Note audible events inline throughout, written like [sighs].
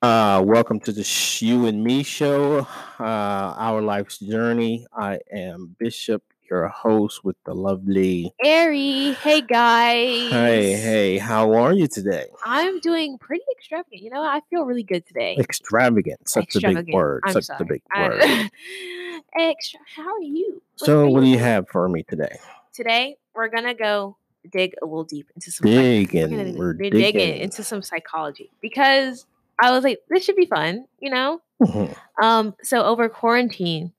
Uh, welcome to the Sh- You and Me Show, uh, Our Life's Journey. I am Bishop, your host with the lovely. Ari, hey guys. Hey, hey, how are you today? I'm doing pretty extravagant. You know, I feel really good today. Extravagant, such a big Extravagant. word, I'm such a sorry. Uh, big I- [laughs] word. Extra. How are you? What so, are what do you have for me today? Today, we're gonna go dig a little deep into some. psych- we're gonna Digging, we're dig- digging. dig in into some psychology because I was like, this should be fun. You know. Mhm. Um. So over quarantine,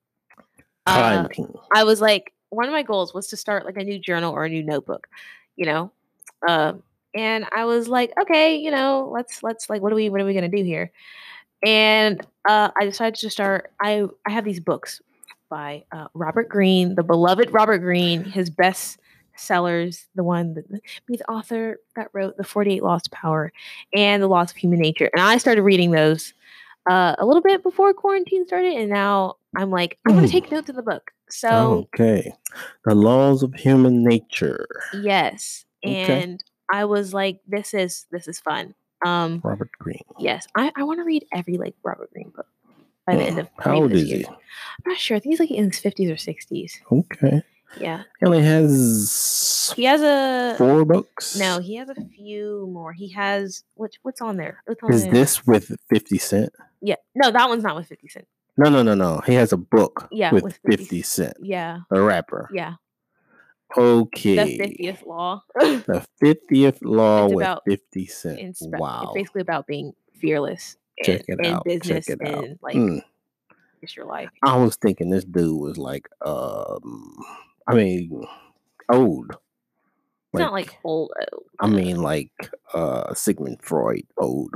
uh, Quarantine. I was like, one of my goals was to start like a new journal or a new notebook, you know. Um, and I was like, okay, you know, let's let's like, what are we what are we gonna do here? And uh, I decided to start. I I have these books by uh, Robert Greene, the beloved Robert Greene, his best sellers, the one that he's the author that wrote the Forty Eight Laws of Power and the Laws of Human Nature. And I started reading those uh, a little bit before quarantine started, and now I'm like, I'm gonna Hmm. take notes in the book. So. Oh, okay. The laws of human nature. Yes. Okay. And I was like, this is this is fun. Um Robert Greene. yes. I, I want to read every like Robert Greene book by the end Hmm. of How maybe old this is year. he? I'm not sure. I think he's like in his fifties or sixties. Okay. Yeah. He only has He has a four books. no, he has a few more. He has what what's on there? What's on Is there? this with 50 Cent? yeah. No, that one's not with fifty cent. No, no, no, no. He has a book Yeah, with, with 50, 50 Cent, Yeah. a rapper. Yeah. Okay. The fiftieth law. Uh, it's The 50th law It's with about 50 Cent. spe- wow. It's basically about being fearless Check in, it in out, check business it out. and like Mm. just your life. I was thinking this dude was like, um, I mean, old. It's not like whole uh, I mean, like uh Sigmund Freud old.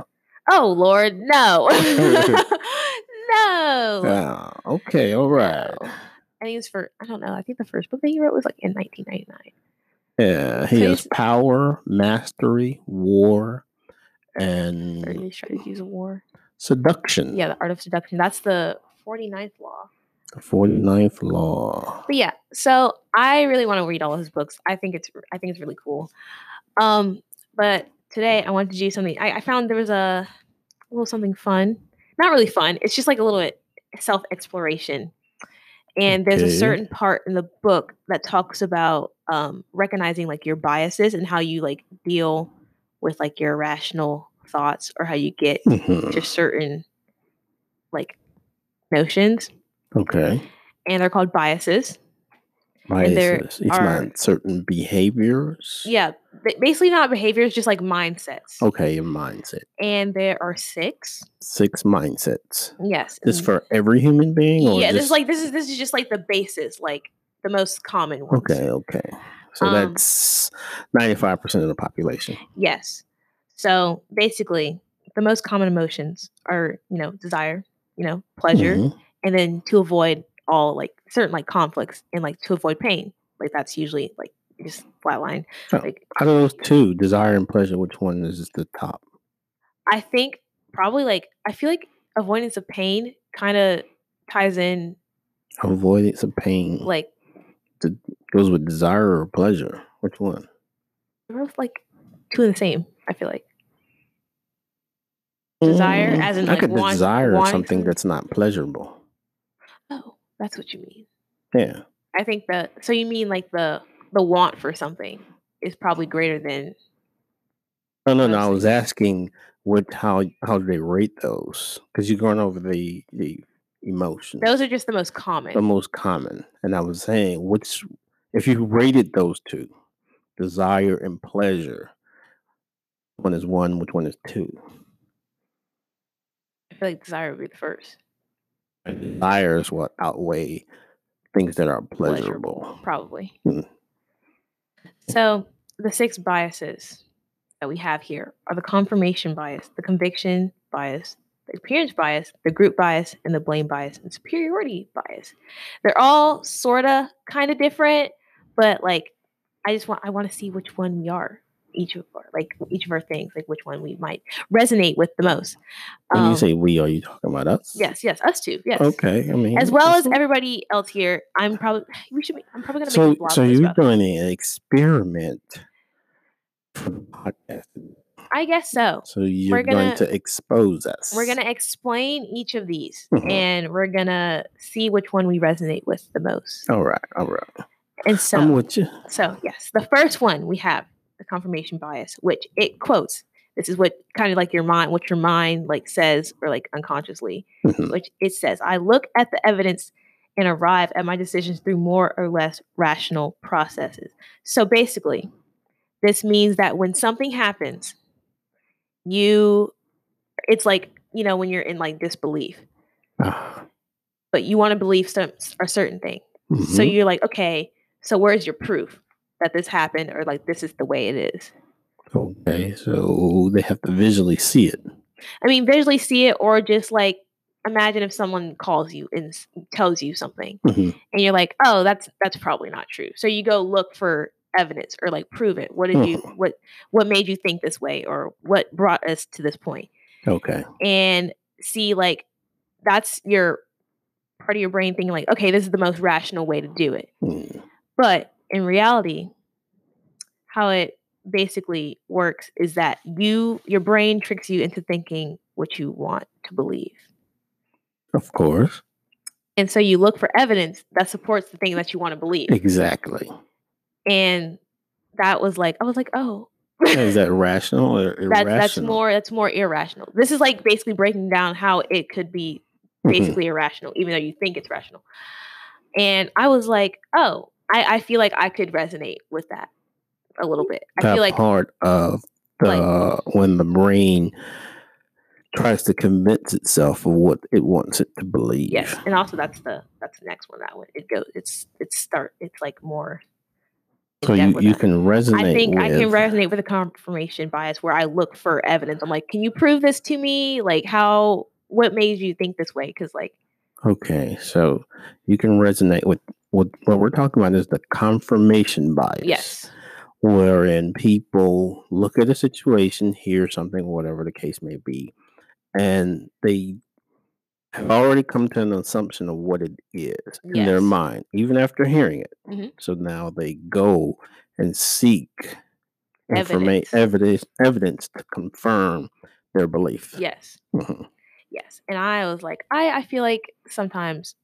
Oh Lord, no, [laughs] no. Ah, okay, all right. No. I think it's for I don't know. I think the first book that he wrote was like in 1999. Yeah, he So has he's- power, mastery, war, and Or he tried to use a war. seduction. Yeah, the art of seduction. That's the 49th law. The 49th law. But yeah, so I really want to read all of his books. I think it's I think it's really cool. Um, but today I wanted to do something. I, I found there was a little something fun. Not really fun. It's just like a little bit self exploration. And there's Okay. a certain part in the book that talks about um, recognizing like your biases and how you like deal with like your irrational thoughts or how you get Mhm. to certain like notions. Okay. And they're called biases. there Biases. It's are- not certain behaviors. Yeah, ba- basically not behaviors, just like mindsets. Okay, your mindset. And there are six. Six mindsets. Yes. This and- for every human being or Mm. yeah. This just- is like this is this is just like the basis, like the most common ones. Okay, okay. So Um, that's ninety five percent of the population. Yes. So basically, the most common emotions are, you know, desire, you know, pleasure, Mhm. and then to avoid all like certain like conflicts and like to avoid pain. Like that's usually like just flatline. Oh. Like Out of those two, desire and pleasure, which one is the top? I think probably like I feel like avoidance of pain kind of ties in Avoidance of pain. like goes with desire or pleasure. Which one? they're both like two of the same. I feel like Desire, Mm, as in, I like, could want- desire wanting something something? that's not pleasurable. oh, that's what you mean. Yeah. I think that so you mean like the the want for something is probably greater than No, no, what no. I I'm was asking what how how do they rate those? Because you're going over the the emotions, those are just the most common. the most common. And I was saying, which if you rated those two, desire and pleasure, which one is one, which one is two? I feel like desire would be the first, Desire is what outweigh things that are Pleasurable. pleasurable. probably. Hmm. So the six biases that we have here are the confirmation bias, the conviction bias, the appearance bias, the group bias, and the blame bias and superiority bias. They're all sorta kind of different, but like I just want I want to see which one we are. Each of our like each of our things, like which one we might resonate with the most. When Um, you say we, are you talking about us? yes, yes, us too. Yes. Okay. I mean, as well that's as everybody else here. I'm probably [sighs] we should. Be, I'm probably gonna so make a blog so post you're about this. doing an experiment for the podcast I guess so. So you're going gonna- to expose us. We're going to explain each of these Mhm. and we're going to see which one we resonate with the most. All right, all right. And so Oh, I'm with you. So, yes, the first one we have the confirmation bias, which it quotes. This is what kind of like your mind, what your mind like says or like unconsciously, Mhm. which it says, I look at the evidence and arrive at my decisions through more or less rational processes. So basically, this means that when something happens, you, it's like, you know, when you're in like disbelief, Ah, but you want to believe some, a certain thing. So mhm. you're like, okay, so where's your proof that this happened or like this is the way it is? okay, so they have to visually see it. I mean, visually see it or just like imagine if someone calls you and s- tells you something Mhm. and you're like, oh, that's that's probably not true. So you go look for evidence or like prove it. What did you Mhm. what what made you think this way or what brought us to this point? Okay, And see like that's your part of your brain thinking like, okay, this is the most rational way to do it. Mm. But in reality, how it basically works is that you your brain tricks you into thinking what you want to believe. of course, And so you look for evidence that supports the thing that you want to believe. exactly. And that was like I was like, "Oh, Is that rational [laughs] or irrational? that's that's more that's more irrational." This is like basically breaking down how it could be Mhm. basically irrational even though you think it's rational. And I was like, "Oh, I I feel like I could resonate with that a little bit. I that feel like part of the like- when the brain tries to convince itself of what it wants it to believe. Yes, and also that's the that's the next one. That one it goes. It's it's start. It's like more. in So depth you, with you that. can resonate. I think with, I can resonate with the confirmation bias where I look for evidence. I'm like, can you prove this to me? Like, how? What made you think this way? Because like, Okay, so you can resonate with what what we're talking about is the confirmation bias. yes, wherein people look at a situation, hear something, whatever the case may be, and they have already come to an assumption of what it is in their Yes. mind, even after hearing it. Mhm. So now they go and seek informa- Evidence. evidence evidence to confirm their belief. [laughs] yes, Mhm. yes. And I was like, I I feel like sometimes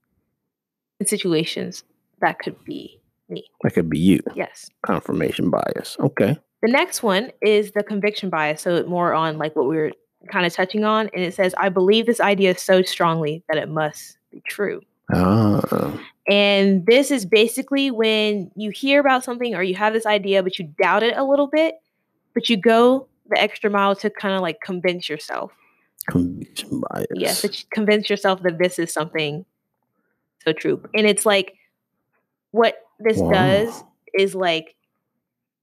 in situations that could be me. That could be you, Yes. confirmation bias. Okay. The next one is the conviction bias. So it more on like what we were kind of touching on, and it says, "I believe this idea so strongly that it must be true." Ah, And this is basically when you hear about something or you have this idea, but you doubt it a little bit, but you go the extra mile to kind of like convince yourself. conviction bias. Yes, but you convince yourself that this is something so true. And it's like what this Wow. does is like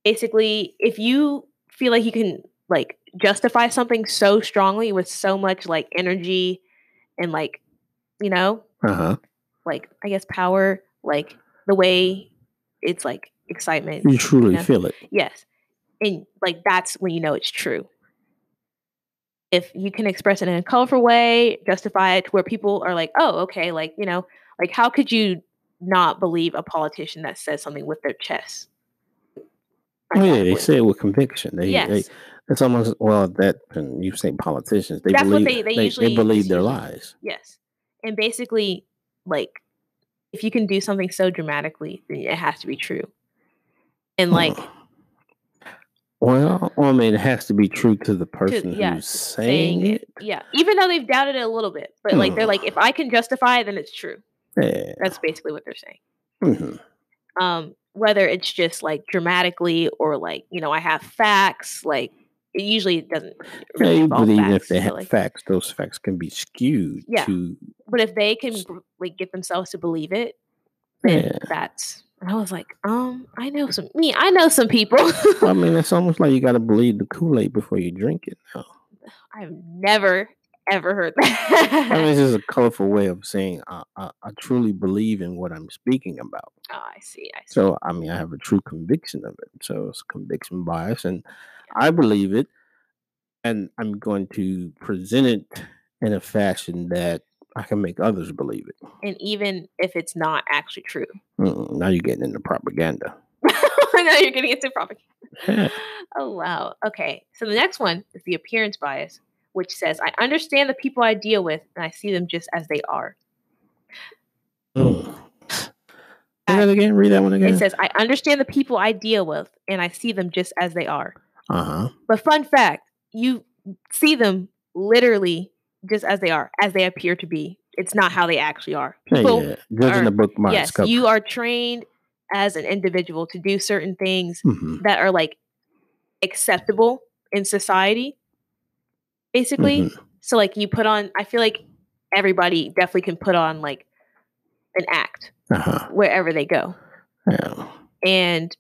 basically if you feel like you can like justify something so strongly with so much like energy and like you know Uh-huh. like i guess power like the way it's like excitement You truly know? feel it. yes and like that's when you know it's true if you can express it in a colorful way justify it to where people are like oh okay like you know like how could you not believe a politician that says something with their chest Oh, yeah, they say Exactly. it with conviction. They, yes they it's almost well that and you say politicians. They That's what believe they- they usually- believe their usually- lies. yes and basically like if you can do something so dramatically then it has to be true and like Huh. Uh-huh. well, I mean, it has to be true to the person yeah, who's saying it. Yeah. Even though they've doubted it a little bit, but like they're like, if I can justify it, then it's true. Yeah. That's basically what they're saying. Mhm. Um, whether it's just like dramatically or like, you know, I have facts, like it usually doesn't Yeah, really you involve believe facts, if they but, have like- facts, those facts can be skewed Yeah. to But if they can s- br- like get themselves to believe [sighs] it, then Yeah. that's and I was like, um, I know some me, I know some people. Well, I mean, it's almost like you got to believe the Kool Aid before you drink it. Now, [laughs] I've never ever heard that. I mean, [laughs] it's just a colorful way of saying I, I, I truly believe in what I'm speaking about. oh, I see, I see. So I mean, I have a true conviction of it. So it's conviction bias, and I believe it, and I'm going to present it in a fashion that I can make others believe it. And even if it's not actually true. [laughs] Mm, now you're getting into propaganda. now you're getting into propaganda. [sighs] Yeah. oh wow. Okay. So the next one is the appearance bias, which says I understand the people I deal with and I see them just as they are. Mm. Say that again. Read that one It again. says I understand the people I deal with and I see them just as they are. Uh huh. But fun fact, you see them literally just as they are, as they appear to be. It's not how they actually are. People yeah. Judging are- the book by yes, its cover. you are trained as an individual to do certain things Mhm. that are like acceptable in society, basically. Mhm. So, like, you put on, I feel like everybody definitely can put on like an act Uh-huh. wherever they go. Yeah. [laughs] And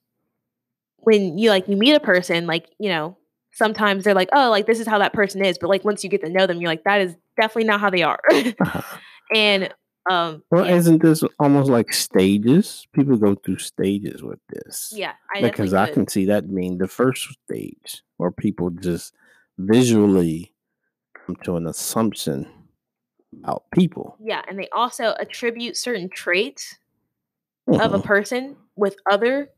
when you like, you meet a person, like, you know, sometimes they're like, oh, like, this is how that person is. But like, once you get to know them, you're like, that is definitely not how they are. [laughs] Uh-huh. and, um, Well, yeah, isn't this almost like stages? People go through stages with this. yeah, I definitely because I could. can see that being the first stage where people just visually come to an assumption about people. Yeah, and they also attribute certain traits of a Mhm. person with other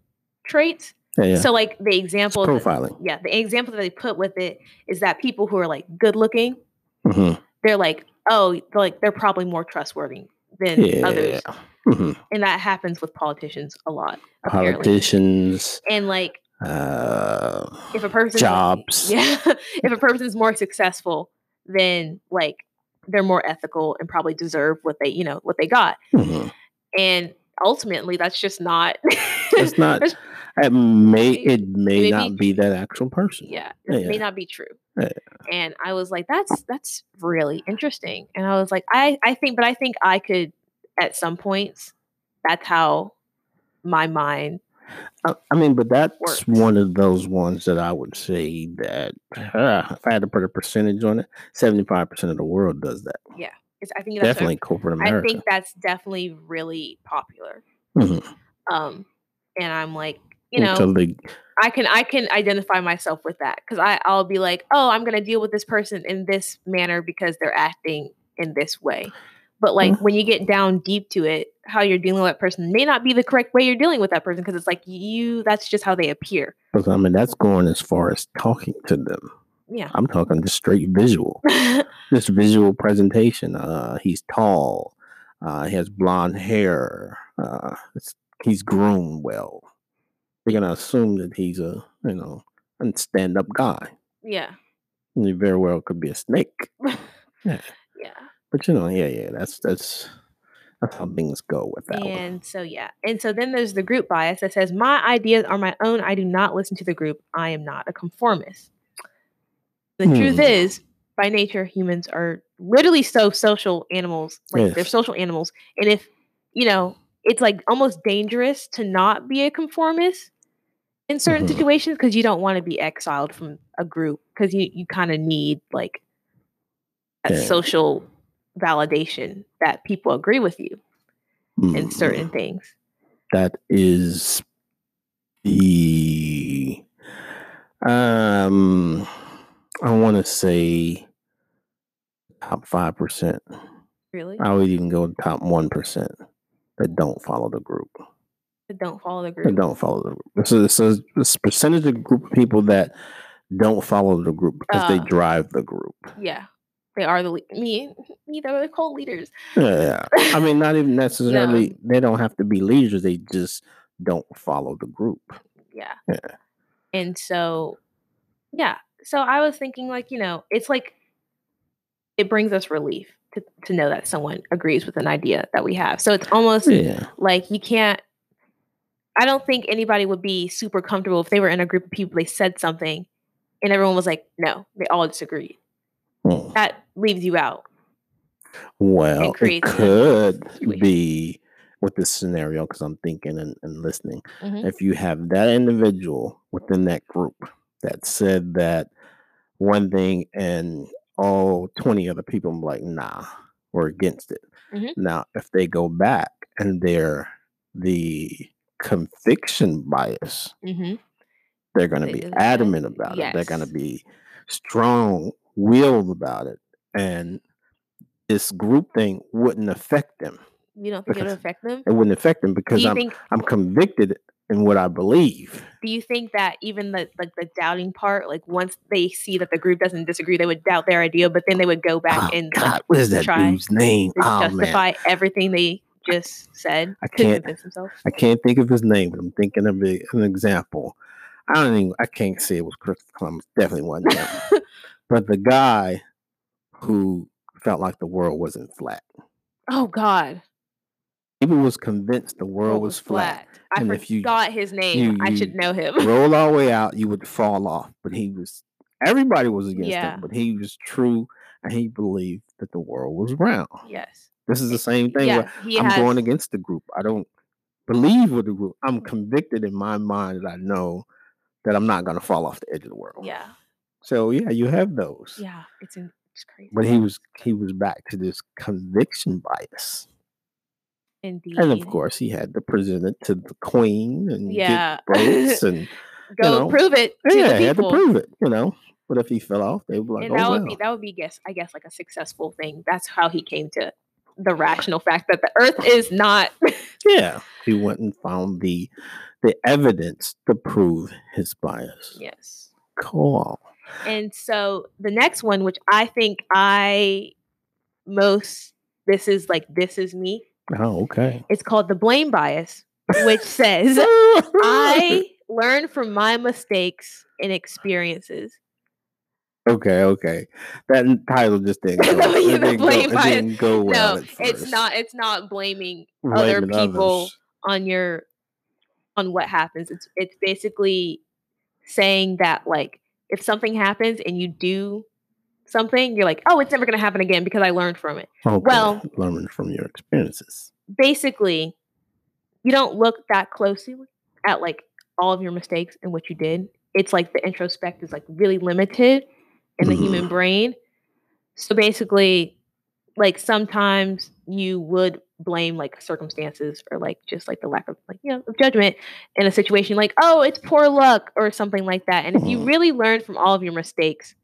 traits. Mm-hmm. yeah, yeah. So, like the It's example, that, profiling. yeah, the example that they put with it is that people who are like good looking, Mhm. they're like, oh, they're, like they're probably more trustworthy than Yeah. others, Mhm. and that happens with politicians a lot. Apparently. Politicians, And like, uh, if a person jobs. [laughs] yeah, if a person's more successful, then like they're more ethical and probably deserve what they, you know, what they got. [laughs] Mhm. And ultimately, that's just not. [laughs] It's not. There's- It may. It Maybe- may not be that actual person. yeah Yeah, this may yeah. not be true Yeah. and i was like that's that's really interesting and i was like i i think but i think i could at some points that's how my mind I, I mean, but that's works. one of those ones that I would say that uh, if I had to put a percentage on it, seventy-five percent of the world does that. is i think that's what- Definitely corporate i America. think that's definitely really popular Mhm. um and i'm like you know Until they- i can i can identify myself with that because i i'll be like oh i'm gonna deal with this person in this manner because they're acting in this way but like Mhm. when you get down deep to it how you're dealing with that person may not be the correct way you're dealing with that person because it's like you that's just how they appear because, I mean, that's going as far as talking to them. yeah [laughs] I'm talking just straight visual, just visual presentation. Uh, he's tall. Uh, he has blonde hair. Uh, it's, he's groomed well. They're gonna assume that he's a you know a stand-up guy. yeah He very well could be a snake. yeah Yeah. But you know, yeah, yeah, that's that's that's how things go with that one. and so yeah and so then there's the group bias that says my ideas are my own i do not listen to the group i am not a conformist the truth Hmm. is by nature humans are literally so social animals like they're Yes. social animals and if you know it's like almost dangerous to not be a conformist in certain Mhm. situations because you don't want to be exiled from a group because you, you kind of need like that Yeah. social validation that people agree with you in Mm, certain things That is the um I wanna say top five percent. really I would even go top one percent that don't follow the group. that don't follow the group That don't follow the group. So it's a, it's a percentage of group of people that don't follow the group because they Uh. drive the group. yeah they are the le- me me they're the cult leaders Yeah. I mean, not even necessarily. They don't have to be leaders. They just don't follow the group. yeah. Yeah. [laughs] And so, yeah. So I was thinking, like, you know, it's like it brings us relief to, to know that someone agrees with an idea that we have. So it's almost Yeah. like you can't, I don't think anybody would be super comfortable if they were in a group of people, they said something and everyone was like, no, they all disagreed. Mm. That leaves you out. Well, it creates a could situation. be with this scenario because I'm thinking and, and listening. Mhm. If you have that individual within that group that said that one thing and all 20 other people were like, nah, we're against it. Mhm. Now, if they go back and they're the conviction bias, Mhm. they're going to They be do that. adamant about it. They're going to Yes. be strong willed about it. And this group thing wouldn't affect them. You don't think it would Because- affect them? It wouldn't affect them Do because you I'm think I'm convicted in what I believe. do you think that even the like the doubting part like once they see that the group doesn't disagree they would doubt their idea but then they would go back oh, and like, God, what is that try dude's name? to Oh man, justify everything they just said I to can't- convince themselves I can't think of his name, but I'm thinking of a, an example. I don't even. I can't say it was Christopher Columbus. Definitely wasn't him. [laughs] but the guy who felt like the world wasn't flat. oh god He was convinced the world was flat. i And if you- forgot his name you- i you- should know him roll our way out, you would fall off. But he was everybody was against Yeah. him, but he was true and he believed that the world was round. [laughs] yes This is the same thing yeah where he I'm has going against the group. I don't believe with the group. I'm convicted in my mind that I know that I'm not gonna fall off the edge of the world. yeah So yeah, you have those. Oh, yeah it's, in- it's crazy But he was he was back to this conviction bias. indeed And of course he had to present it to the queen and yeah get [laughs] votes and go know, prove it to yeah, the he had to people prove it, you know. But if he fell off, they were like, and oh, that would well. be that would be guess I guess like a successful thing. That's how he came to the rational fact that the Earth is not. [laughs] Yeah, he went and found the the evidence to prove his bias. yes. Cool. And so the next one, which I think I most this is like this is me. Oh, okay. It's called the blame bias, [laughs] which says I learn from my mistakes and experiences. okay, okay. That n- title [laughs] just didn't go. Yeah, it the didn't go, blame it bias. didn't go well. no, at it's first. not. It's not blaming other Blaming people others. on your on what happens. It's it's basically saying that like if something happens and you do something, you're like, oh, it's never gonna happen again because I learned from it. Okay, well- learning from your experiences. Basically, you don't look that closely at like all of your mistakes and what you did. It's like the introspect is like really limited in the human brain. So basically, like sometimes you would blame like circumstances or like just like the lack of like you know of judgment in a situation like oh it's poor luck or something like that and if you Mhm. really learn from all of your mistakes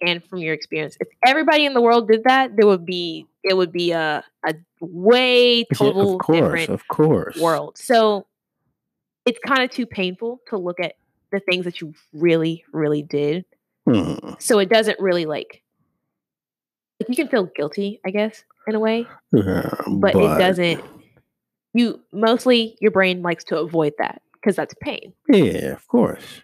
and from your experience if everybody in the world did that there would be it would be a, a way Yeah, total of course, different of course. world. So it's kind of too painful to look at the things that you really, really did. Hmm. So it doesn't really like, like you can feel guilty, I guess, in a way, Yeah, but, it doesn't. You mostly your brain likes to avoid that because that's pain. Yeah, of course.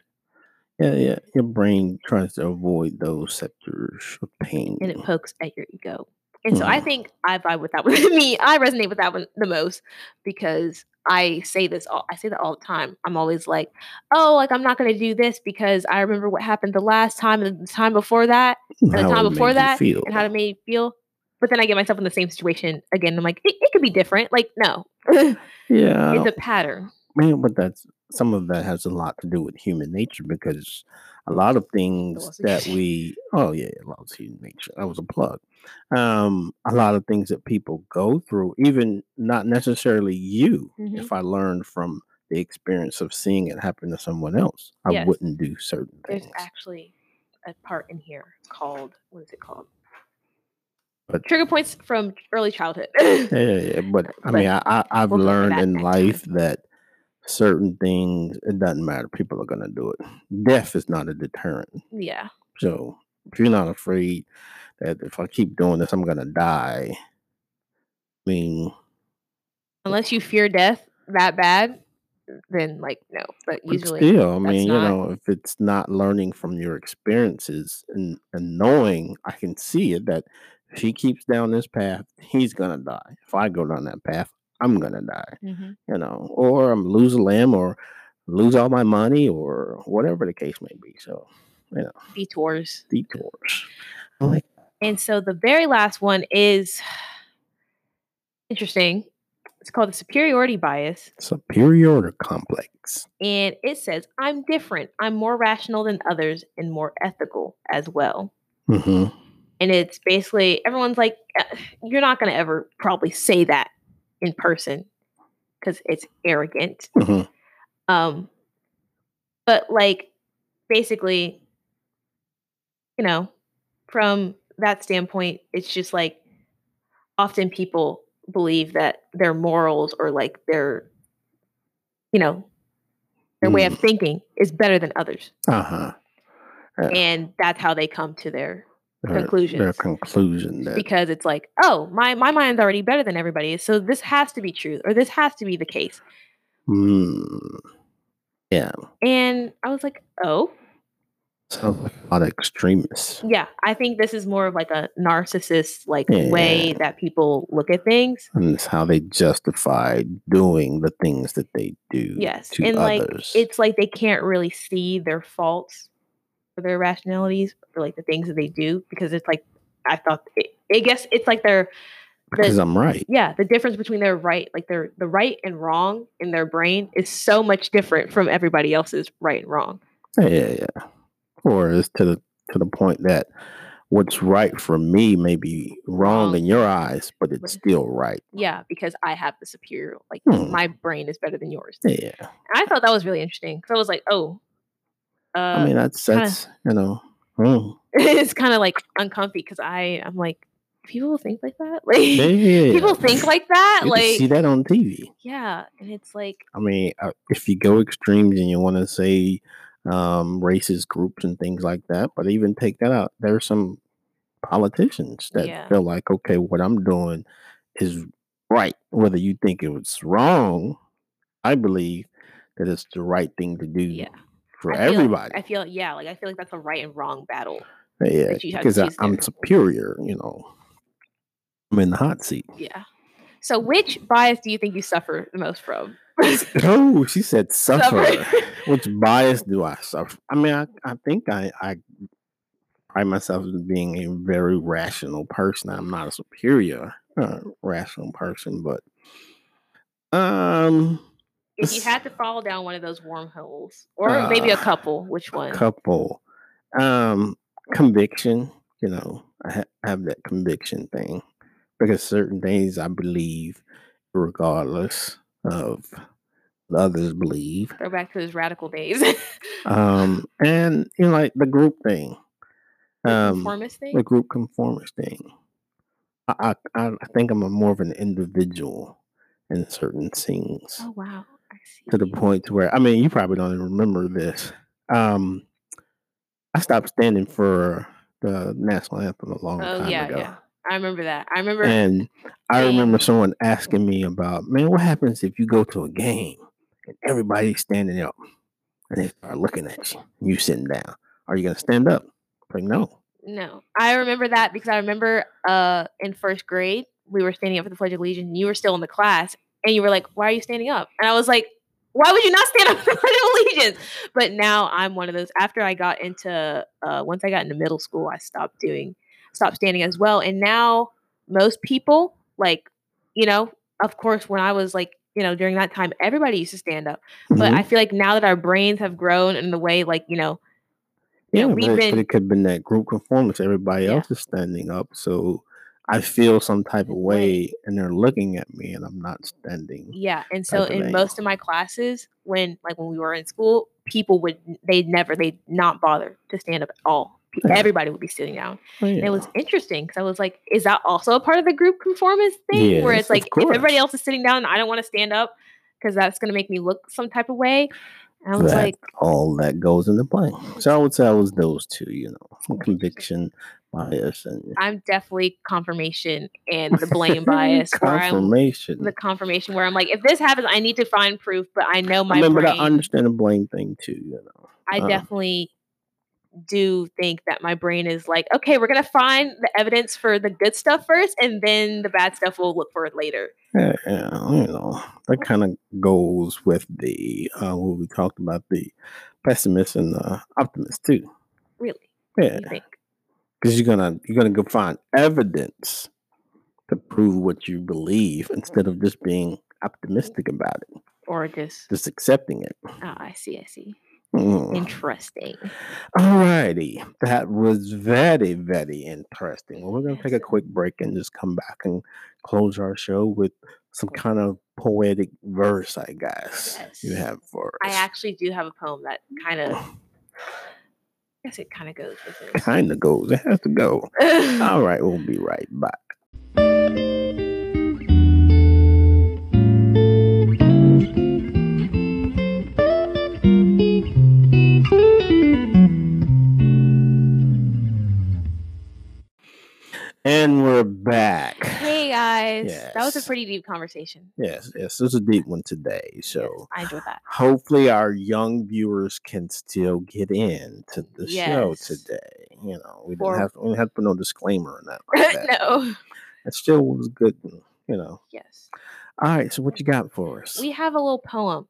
Yeah, yeah. Your brain tries to avoid those sectors of pain. and it pokes at your ego. And so I Mhm. think I vibe with that one. [laughs] Me, I resonate with that one the most because I say this all I say that all the time. I'm always like, oh, like I'm not gonna do this because I remember what happened the last time and the time before that and the how time it before made you that feel. and how it made me feel. But then I get myself in the same situation again. I'm like, it, it could be different. Like, no. [laughs] it's yeah, I don't- a pattern. man, but that's some of that has a lot to do with human nature because a lot of things laws of that nature. we oh yeah, laws of human nature. That was a plug. Um, a lot of things that people go through, even not necessarily you. Mhm. If I learned from the experience of seeing it happen to someone else, I Yes. wouldn't do certain There's things. actually a part in here called what is it called? But- Trigger points from early childhood. Yeah, yeah, yeah. But I But mean, I, I I've we'll go over learned that in next time. life that certain things it doesn't matter. People are gonna do it. Death is not a deterrent. [laughs] yeah. So if you're not afraid that if I keep doing this, I'm gonna die. I mean, unless you fear death that bad, then like no. But but usually, still, I that's mean, you not- know, if it's not learning from your experiences and, and knowing, I can see it that if he keeps down this path, he's gonna die. If I go down that path, I'm gonna die. Mm-hmm. you know, or I'm lose a limb or lose all my money or whatever the case may be. So detours. detours. I'm like, And so the very last one is [sighs] interesting. It's called the superiority bias, superiority complex. and it says I'm different. I'm more rational than others and more ethical as well. hmm And it's basically everyone's like, "Uh, you're not going to ever probably say that in person because it's arrogant. hmm Um, but like basically, you know, from that standpoint, it's just like often people believe that their morals or like their, you know, their way of thinking is better than others Uh huh. Yeah. and that's how they come to their Their, their conclusions conclusion that because it's like oh my my mind's already better than everybody's so this has to be true or this has to be the case mm, and i was like oh sounds like a lot of extremists. yeah i think this is more of like a narcissist like Yeah. way that people look at things And it's how they justify doing the things that they do yes to and like others. it's like they can't really see their faults or their rationalities or like the things that they do because it's like i thought it, i guess it's like their because I'm right. yeah the difference between their right like their the right and wrong in their brain is so much different from everybody else's right and wrong Yeah, yeah, yeah. Or it's to the to the point that what's right for me may be wrong Wrong. in your eyes, but it's still right. yeah because i have the superior like Hmm. my brain is better than yours Yeah. And i thought that was really interesting because i was like oh uh, I mean, that's kinda- that's you know. [laughs] mm. it's kind of like uncomfy because i i'm like people think like that [laughs] like Yeah, yeah, yeah. people think like that you can like see that on TV. yeah and it's like I mean, uh, if you go extremes and you want to say um, racist groups and things like that, but even take that out, there are some politicians that Yeah. feel like, okay, what I'm doing is right, whether you think it was wrong. I believe that it's the right thing to do Yeah. for I feel- everybody. i feel yeah like i feel like that's a right and wrong battle yeah, that you have to because I- choose I'm different. superior, you know. I'm in the hot [laughs] seat. [laughs] yeah so which bias do you think you suffer the most from Oh, she said suffer. Suffer. Which bias do I suffer? I mean, I, I think I, I pride myself as being a very rational person. I'm not a superior uh, rational person, but um, [laughs] if you This- had to fall down one of those wormholes, or maybe a Ah, couple, which one? couple um conviction. You know, I ha- have that conviction thing because certain things I believe, regardless of what others believe. Go back to those radical days. [laughs] um and you know like the group thing The um conformist thing. the group conformist thing i i, I think i'm a more of an individual in certain things oh wow, I see. to the point to where i mean you probably don't even remember this um i stopped standing for the national anthem a long Oh time yeah, ago yeah. I remember that. I remember. and I Right. remember someone asking me about, man, what happens if you go to a game and everybody's standing up and they start looking at you, and you sitting down? Are you gonna stand up? Like, no. [laughs] no, I remember that because I remember uh, in first grade we were standing up for the Pledge of Allegiance. And you were still in the class, and you were like, "Why are you standing up?" And I was like, "Why would you not stand up for the Pledge of Allegiance?" But now I'm one of those. After I got into uh, once I got into middle school, I stopped doing stopped standing as well. And now most people like you know, of course, when I was like you know during that time, everybody used to stand up. Mhm. But I feel like now that our brains have grown in the way like you know yeah, but, we've it- but been- it could have been that group conformance. Everybody Yeah. else is standing up, so I feel some type of Way. way, and they're looking at me, and I'm not standing. Yeah, and so of in thing. most of my classes, when like when we were in school, people would they never they would not bother to stand up at all. [laughs] Pe- Yeah. Everybody would be sitting down. And Yeah. it was interesting because I was like, is that also a part of the group conformance thing? Where Yes, it's of like if everybody course. else is sitting down, I don't want to stand up because that's going to make me look some type of way. And I was That- like, All that goes into play. So I would say I was those two, you know, [laughs] conviction, bias, and I'm definitely confirmation and the [laughs] blame bias. where I'm confirmation. the confirmation where I'm like, if this happens, I need to find proof, but I know my I mean, brain. but I understand the blame thing too. You know, I Um, definitely do think that my brain is like, okay, we're gonna find the evidence for the good stuff first, and then the bad stuff we'll look for it later. yeah, yeah, you know, that kind of goes with the uh, what we talked about the pessimist and the optimist too. Really, Yeah, you think? because you're gonna you're gonna go find evidence to prove what you believe instead of just being optimistic about it, Or just, just accepting it. oh, I see, I see. Mm. Interesting. Alrighty, that was very, very interesting. Well, we're going to take a Yes. quick break and just come back and close our show with some kind of poetic verse, I guess, you Yes. have for I us. actually do have a poem that kind of, I guess it kind of goes with this. kind of goes. It has to go. [laughs] All right, we'll be right back. a pretty deep conversation. Yes, yes, this is a deep one today. So Yes, I enjoyed that. hopefully our young viewers can still get in to the show Yes. today. You know, we For- didn't have we didn't have to put no disclaimer on that. [laughs] [laughs] Like that. no. It still was good. You know. Yes. All right, so what you got for us? We have a little poem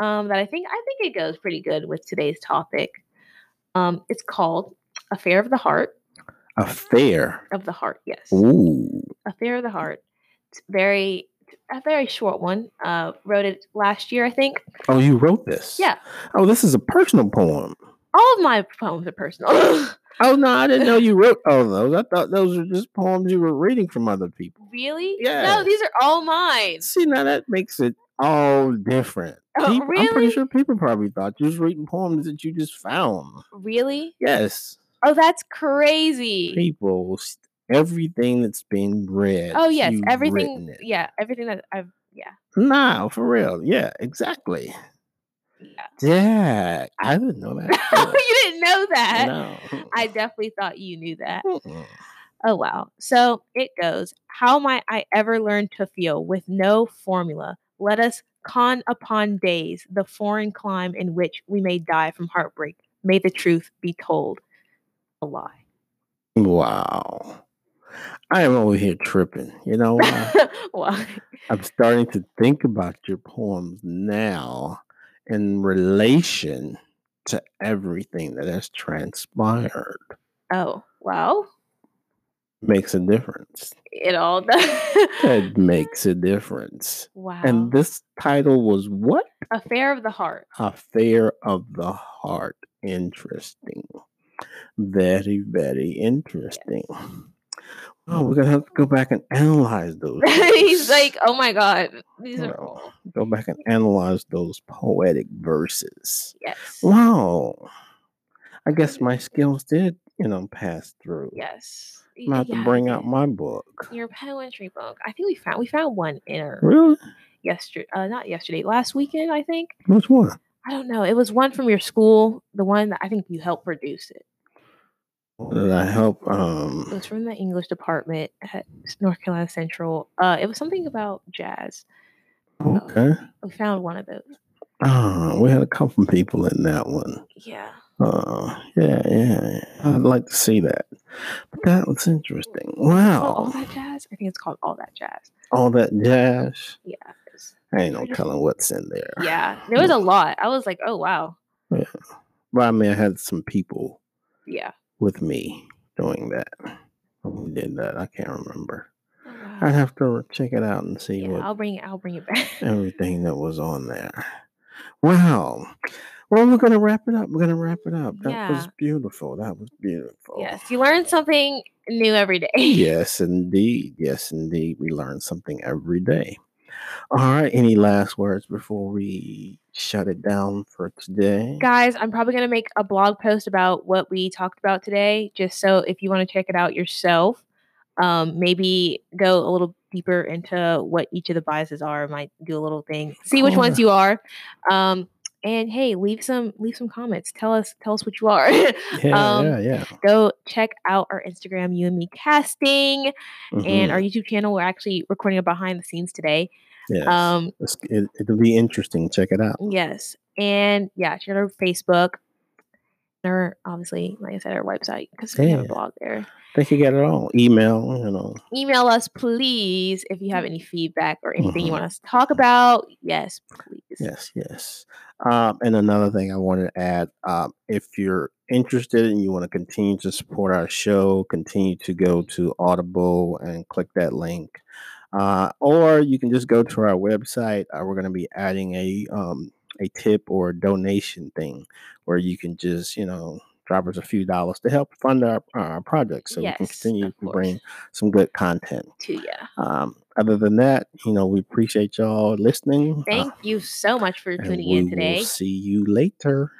um, that I think I think it goes pretty good with today's topic. Um, it's called "Affair of the Heart." a fair. Of the heart, yes. Ooh. Affair of the Heart. It's very a very short one. Uh, wrote it last year, I think. Oh, you wrote this? Yeah. Oh, this is a personal poem. All of my poems are personal. [laughs] Oh no, I didn't know you wrote all those. I thought those were just poems you were reading from other people. really? No, Yes. these are all mine. See, now that makes it all different. Oh, Peop- I'm really? pretty sure people probably thought you was reading poems that you just found. Really? Yes, Oh, that's crazy. people, s- everything that's been read. Oh yes, you've written everything. it. Yeah, everything that I've. [laughs] Yeah, Nah, for real. Yeah, exactly. yeah. Yeah, I didn't know [laughs] that. you didn't know that. no. [laughs] I definitely thought you knew that. Mm-mm. Oh wow. So it goes, How might I ever learn to feel with no formula? Let us con upon days the foreign clime in which we may die from heartbreak. May the truth be told. A lie. Wow. I am over here tripping. You know why? [laughs] Why? I'm starting to think about your poems now in relation to everything that has transpired. Oh, well, Makes a difference. it all does. It makes a difference. [laughs] wow. And this title was what? Affair of the heart. [laughs] Affair of the Heart. Interesting. Very, very interesting. Oh, we're gonna have to go back and [laughs] analyze those. [laughs] lyrics. He's like, Oh my God. These are Well, cool. go back and analyze those poetic verses. Yes. Wow. I guess my skills did, you know, pass through. Yes. I'm gonna have Yeah, to bring out yeah. my book. your poetry book. I think we found we found one in our Really? yesterday, uh, not yesterday, last weekend, I think. Which one? I don't know. It was one from your school, the one that I think you helped produce it. Did I help It um was from the English department at S- North Carolina Central. Uh, it was something about jazz. uh, okay. We found one of those. Oh, we had a couple people in that one. Yeah. Oh, yeah, yeah. I'd like to see that. But that was interesting. Wow. All that jazz. I think it's called All That Jazz. All that jazz. Yeah. it was- Ain't no telling what's in there. Yeah. There was a lot. I was like, oh wow. Well, I mean, I had some people Yeah. with me doing that. Who did that? I can't remember. Oh, wow. I'd have to check it out and see yeah, what I'll bring it. I'll bring it back. everything that was on there. Wow. Well, we're gonna wrap it up. We're gonna wrap it up. That was Yeah. beautiful. That was beautiful. yes, you learn something new every day. Yes, indeed. Yes, indeed. We learn something every day. All right. Any last words before we shut it down for today? guys i'm probably going to make a blog post about what we talked about today just so if you want to check it out yourself um, maybe go a little deeper into what each of the biases are might do a little thing see which ones you are um, and hey leave some leave some comments tell us tell us what you are [laughs] Yeah, um, yeah, yeah. go check out our instagram you and me casting and Mhm. our youtube channel we're actually recording a behind the scenes today Yes. um, It's- it, it'll be interesting. Check it out. Yes. And yeah, check out our Facebook. and Our obviously, like I said, our website because we have a Yeah. blog there. I think you got it all. Email, you know. Email us, please, if you have Mm-hmm. any feedback or anything Mhm. you want us to talk about. Yes, please. Yes, yes. Um, and another thing I wanted to add um, if you're interested and you want to continue to support our show, continue to go to Audible and click that link. Uh, or you can just go to our website. Uh, we're going to be adding a, um, a tip or donation thing where you can just, you know, drop us a few dollars to help fund our, our project so we can Yes, continue of to course. bring some good content. Too, yeah. Um, other than that, you know, we appreciate y'all listening. Uh, Thank you so much for and tuning we in will today. see you later.